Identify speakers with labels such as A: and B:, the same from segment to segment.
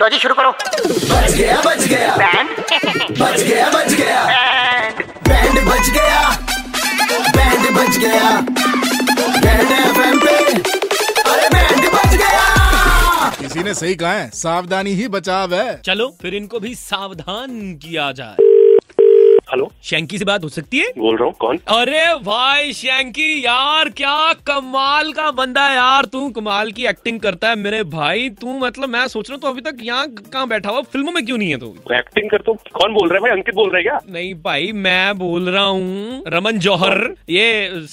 A: लो जी शुरू करो
B: बच गया बच गया
A: बैंड
B: बच गया बच गया बैंड बच गया बैंड बच गया बैंड एफएम पे अरे बैंड बच गया
C: किसी ने सही कहा है सावधानी ही बचाव है
D: चलो फिर इनको भी सावधान किया जाए
E: हेलो
D: शैंकी से बात हो सकती है
E: बोल रहा हूँ कौन
D: अरे भाई शैंकी यार क्या कमाल का बंदा है यार तू कमाल की एक्टिंग करता है मेरे भाई तू मतलब मैं सोच रहा हूँ तू अभी तक यहाँ कहाँ बैठा हुआ फिल्मों में क्यों नहीं है तू
E: एक्टिंग करता हूँ तो कौन बोल रहा है भाई अंकित बोल रहा है क्या
D: नहीं भाई मैं बोल रहा हूँ रमन जौहर ये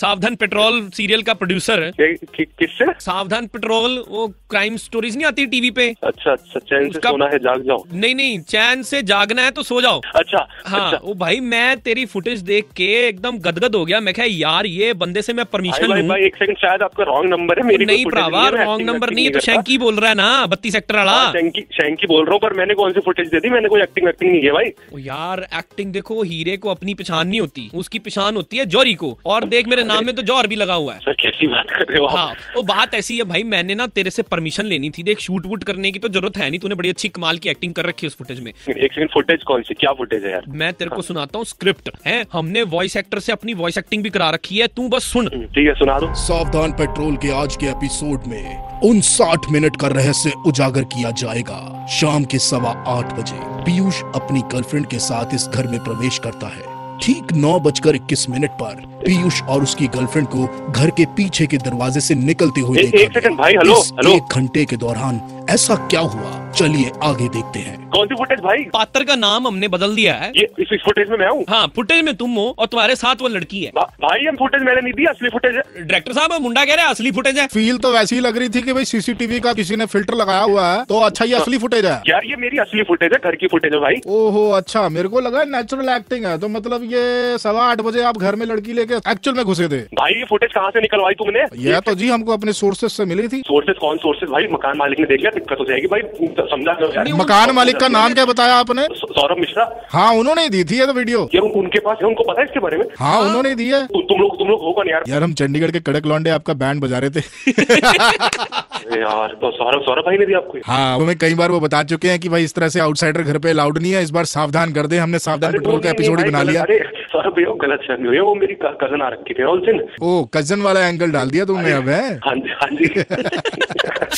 D: सावधान पेट्रोल सीरियल का प्रोड्यूसर है
E: ये कि, किससे
D: सावधान पेट्रोल वो क्राइम स्टोरीज नहीं आती टीवी पे
E: अच्छा अच्छा चैन से
D: उसका-
E: सोना है जाग जाओ
D: नहीं नहीं चैन से जागना है तो सो जाओ
E: अच्छा
D: हाँ
E: अच्छा
D: वो भाई मैं तेरी फुटेज देख के एकदम गदगद हो गया मैं कहा यार ये बंदे से मैं
E: भाई
D: परमिशन
E: भाई
D: लूं
E: भाई एक सेकंड शायद आपका रॉन्ग नंबर है मेरी कोई
D: नहीं
E: footage
D: भरावा
E: है, मैं
D: रॉन्ग
E: acting-
D: नंबर
E: acting
D: नहीं है तो
E: करता।
D: शैंकी बोल रहा है ना बत्तीस सेक्टर वाला
E: हाँ, शैंकी शैंकी बोल रहा हूँ पर मैंने कौन सी फुटेज दे दी मैंने कोई एक्टिंग एक्टिंग नहीं है भाई अच्छा,
D: ओ यार एक्टिंग देखो हीरे को अपनी पहचान नहीं होती उसकी पहचान होती है जौहरी को और देख मेरे नाम में तो जौहर भी लगा हुआ है
E: सर कैसी बात कर रहे हो
D: हाँ
E: आप
D: वो बात ऐसी है भाई मैंने ना तेरे से परमिशन लेनी थी देख शूट वूट करने की तो जरूरत है नहीं तूने बड़ी अच्छी कमाल की एक्टिंग कर रखी है उस फुटेज में
E: एक सेकंड फुटेज कौन सी क्या फुटेज है यार
D: मैं तेरे
E: हाँ।
D: को सुनाता हूँ स्क्रिप्ट है हमने वॉइस एक्टर से अपनी वॉइस एक्टिंग भी करा रखी है तू बस सुन
E: ठीक है सुना दो
F: सावधान पेट्रोल के आज के एपिसोड में उन 60 मिनट का रहस्य उजागर किया जाएगा शाम के सवा आठ बजे पीयूष अपनी गर्लफ्रेंड के साथ इस घर में प्रवेश करता है ठीक नौ बजकर इक्कीस मिनट पर पीयूष और उसकी गर्लफ्रेंड को घर के पीछे के दरवाजे से निकलते हुए
E: ए-
F: देखा
E: एक सेकंड
F: गया।
E: भाई, हेलो,
F: इस
E: हेलो।
F: एक घंटे के दौरान ऐसा क्या हुआ चलिए आगे देखते हैं
E: कौन सी फुटेज भाई
D: पात्र का नाम हमने बदल दिया है
E: ये इस इस फुटेज में मैं हूँ
D: हाँ फुटेज में तुम हो और तुम्हारे साथ वो लड़की है
E: भा, भाई हम फुटेज मैंने नहीं दी असली फुटेज है
D: डायरेक्टर साहब वो मुंडा कह रहा है असली फुटेज है
C: फील तो वैसी ही लग रही थी कि भाई सीसीटीवी का किसी ने फिल्टर लगाया हुआ है तो अच्छा ये असली फुटेज है
E: यार ये मेरी असली फुटेज है घर की फुटेज है भाई
C: ओहो अच्छा मेरे को लगा नेचुरल एक्टिंग है तो मतलब ये सवा आठ बजे आप घर में लड़की लेके एक्चुअल में घुसे थे
E: भाई ये फुटेज कहाँ से निकलवाई तुमने
C: यह तो जी हमको अपने सोर्सेस से मिली थी
E: सोर्सेज कौन सोर्सेज भाई मकान मालिक ने देख लिया दिक्कत हो जाएगी भाई समझा करो यार
C: मकान मालिक का नाम क्या बताया आपने
E: सौ- सौरभ मिश्रा
C: हाँ उन्होंने ही दी थी ये तो वीडियो
E: ये उन- उनके पास है उनको पता है इसके बारे में
C: हाँ उन्होंने ही दी है
E: तु, तुम लोग तुम लोग हो कौन यार
C: यार हम चंडीगढ़ के कड़क लौंडे आपका बैंड बजा रहे थे
E: अरे यार तो सौरभ सौरभ भाई ने दिया आपको ये?
C: हाँ हमें कई बार वो बता चुके हैं कि भाई इस तरह से आउटसाइडर घर पे अलाउड नहीं है इस बार सावधान कर दे हमने सावधान
E: अरे
C: पेट्रोल
E: वो
C: का
E: नहीं-
C: एपिसोड ही
E: नहीं
C: बना
E: भाई,
C: लिया
E: अरे सौरभ भैया वो गलत फहमी हुई है वो मेरी क- कजन आ रखी थी रोल सिंह
C: ओ कजन वाला एंगल डाल दिया तुमने अब है
E: हाँ जी हाँ जी